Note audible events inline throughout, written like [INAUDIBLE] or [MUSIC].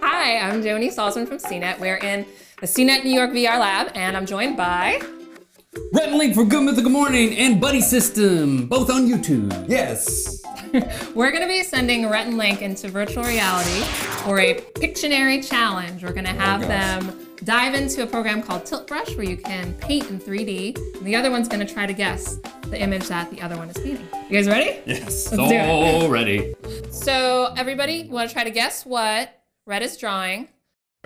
Hi, I'm Joni Salzman from CNET. We're in the CNET New York VR Lab, and I'm joined by. Red and Link for Good Mythical Morning and Buddy System, both on YouTube. Yes. We're going to be sending Rhett and Link into virtual reality for a Pictionary challenge. We're going to have gosh. them dive into a program called Tilt Brush where you can paint in 3D, and the other one's going to try to guess the image that the other one is painting. You guys ready? Let's Yes. do it. So ready. So everybody, want to try to guess what Red is drawing?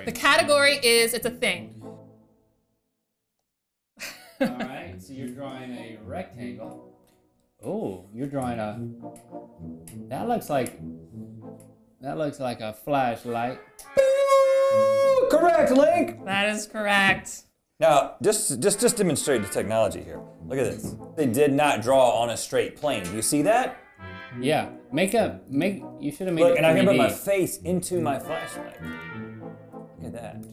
The category is it's a thing. All right, so you're drawing a rectangle. Oh, you're drawing a. That looks like. That looks like a flashlight. Correct, Link. That is correct. Now, just just just demonstrate the technology here. Look at this. They did not draw on a straight plane. Do you see that? Yeah, make a make. You should have made Look, it and I can put 3D. my face into my flashlight. Look at that.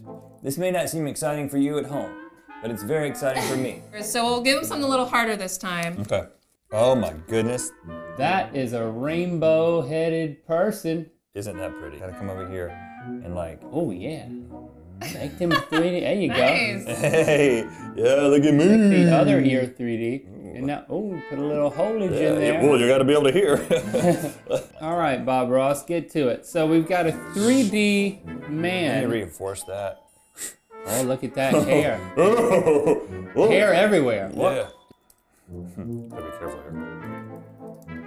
This may not seem exciting for you at home, but it's very exciting for me. So we'll give him something a little harder this time. [LAUGHS] Okay. Oh my goodness. That is a rainbow-headed person. Isn't that pretty? Gotta come over here and like, [LAUGHS] Oh yeah, make them 3D. There you Nice. go. hey, yeah, look at me. The other ear 3D. And now, oh, put a little holage in there. you gotta be able [LAUGHS] to hear. All right, Bob Ross, get to it. So we've got a 3D Can you man. reinforce that? Oh, look at that [LAUGHS] hair. [LAUGHS] Oh, Hair everywhere. Yeah. [LAUGHS] Gotta be careful here.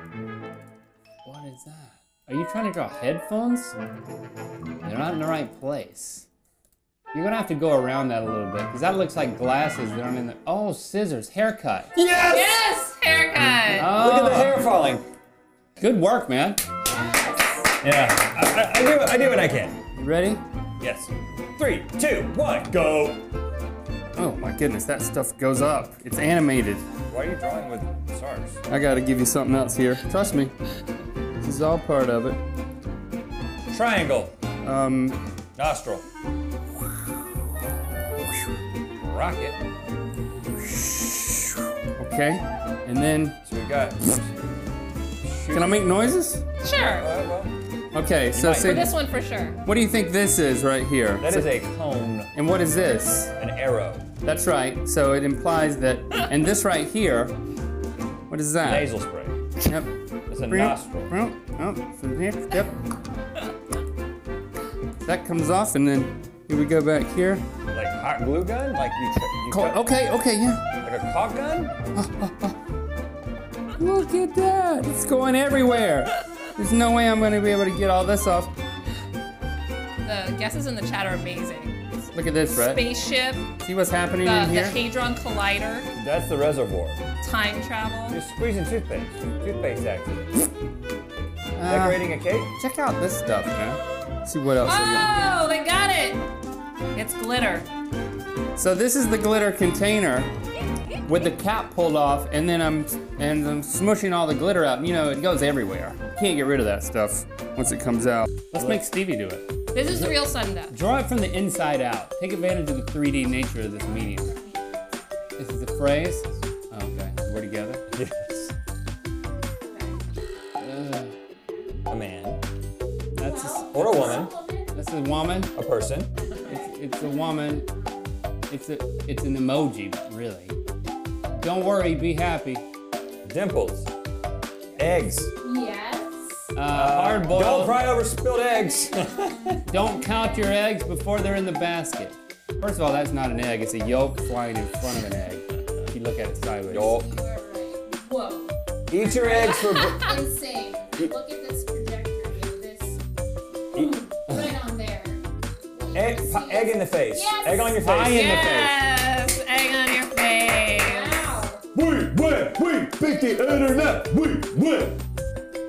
What is that? Are you trying to draw headphones? They're not in the right place. You're gonna have to go around that a little bit, because that looks like glasses that aren't in the. Oh, scissors, haircut. Yes! Yes, haircut. Oh, Look at the hair falling. Good work, man. Yeah. I, I, I do. I do what I can. You ready? Yes. Three, two, one, go. Oh my goodness, that stuff goes up. It's animated. Why are you drawing with SARS? I gotta give you something else here. Trust me. This is all part of it. Triangle. Um, Nostril. Rocket. okay. And then, So we got. can I make noises? Sure. Okay, so might. say, This one for sure. what do you think this is right here? That So- is a cone, and what is this? an arrow, That's right. So it implies that, and this right here, what is that? nasal spray. Yep. It's a nostril. Oh, oh, from here. Yep. That comes off, and then here we go back here. Like hot glue gun? Like you, you Co- cut- Okay, okay, yeah. like a caulk gun? Look at that! It's going everywhere! There's no way I'm gonna be able to get all this off. The guesses in the chat are amazing. Look at this, right? Spaceship, uh, See what's happening the, in the here? Hadron Collider, That's the reservoir. time travel. You're squeezing toothpaste. Toothpaste accident. Decorating a cake? Uh, [LAUGHS] Check out this stuff, man. See what else we got. Oh, they got it. It's glitter. Ah. So this is the glitter container with the cap pulled off, and then I'm and I'm smushing all the glitter out. You know, it goes everywhere. Can't get rid of that stuff once it comes out. Let's make Stevie do it. This is the real sun death. Draw it from the inside out. Take advantage of the 3D nature of this medium. This is the phrase. Okay, we're together. Yes. Ugh. A man. that's a, Or a woman. that's a woman. A person. It's, it's a woman. It's a it's an emoji, but really. Don't worry, be happy. Dimples. Eggs. Uh, hard boiled. Don't cry over spilled eggs. Don't count your eggs before they're in the basket. First of all, that's not an egg. It's a yolk flying in front of an egg. If you look at it sideways. Y'all. Whoa, Eat your eggs for. br- insane. Look at this trajectory of this. eat- Right on there. egg, pa- egg in the face. Yes. Egg on your Pie face. in the face. Yes, egg on your face. Wow. We win. We beat the internet. We win.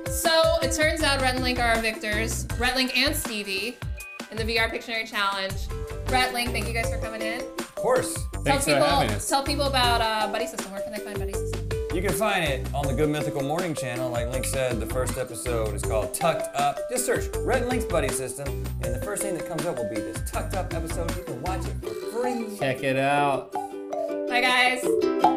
So it turns out Rhett and Link are our victors. Rhett Link and Stevie in the VR Pictionary Challenge. Rhett Link, thank you guys for coming in. Of course. Thanks for tell people, having us. Tell people about uh, Buddy System. Where can they find Buddy System? You can find it on the Good Mythical Morning channel. Like Link said, the first episode is called Tucked Up. Just search Red Link's Buddy System, and the first thing that comes up will be this Tucked Up episode. You can watch it for free. Check it out. Bye, guys.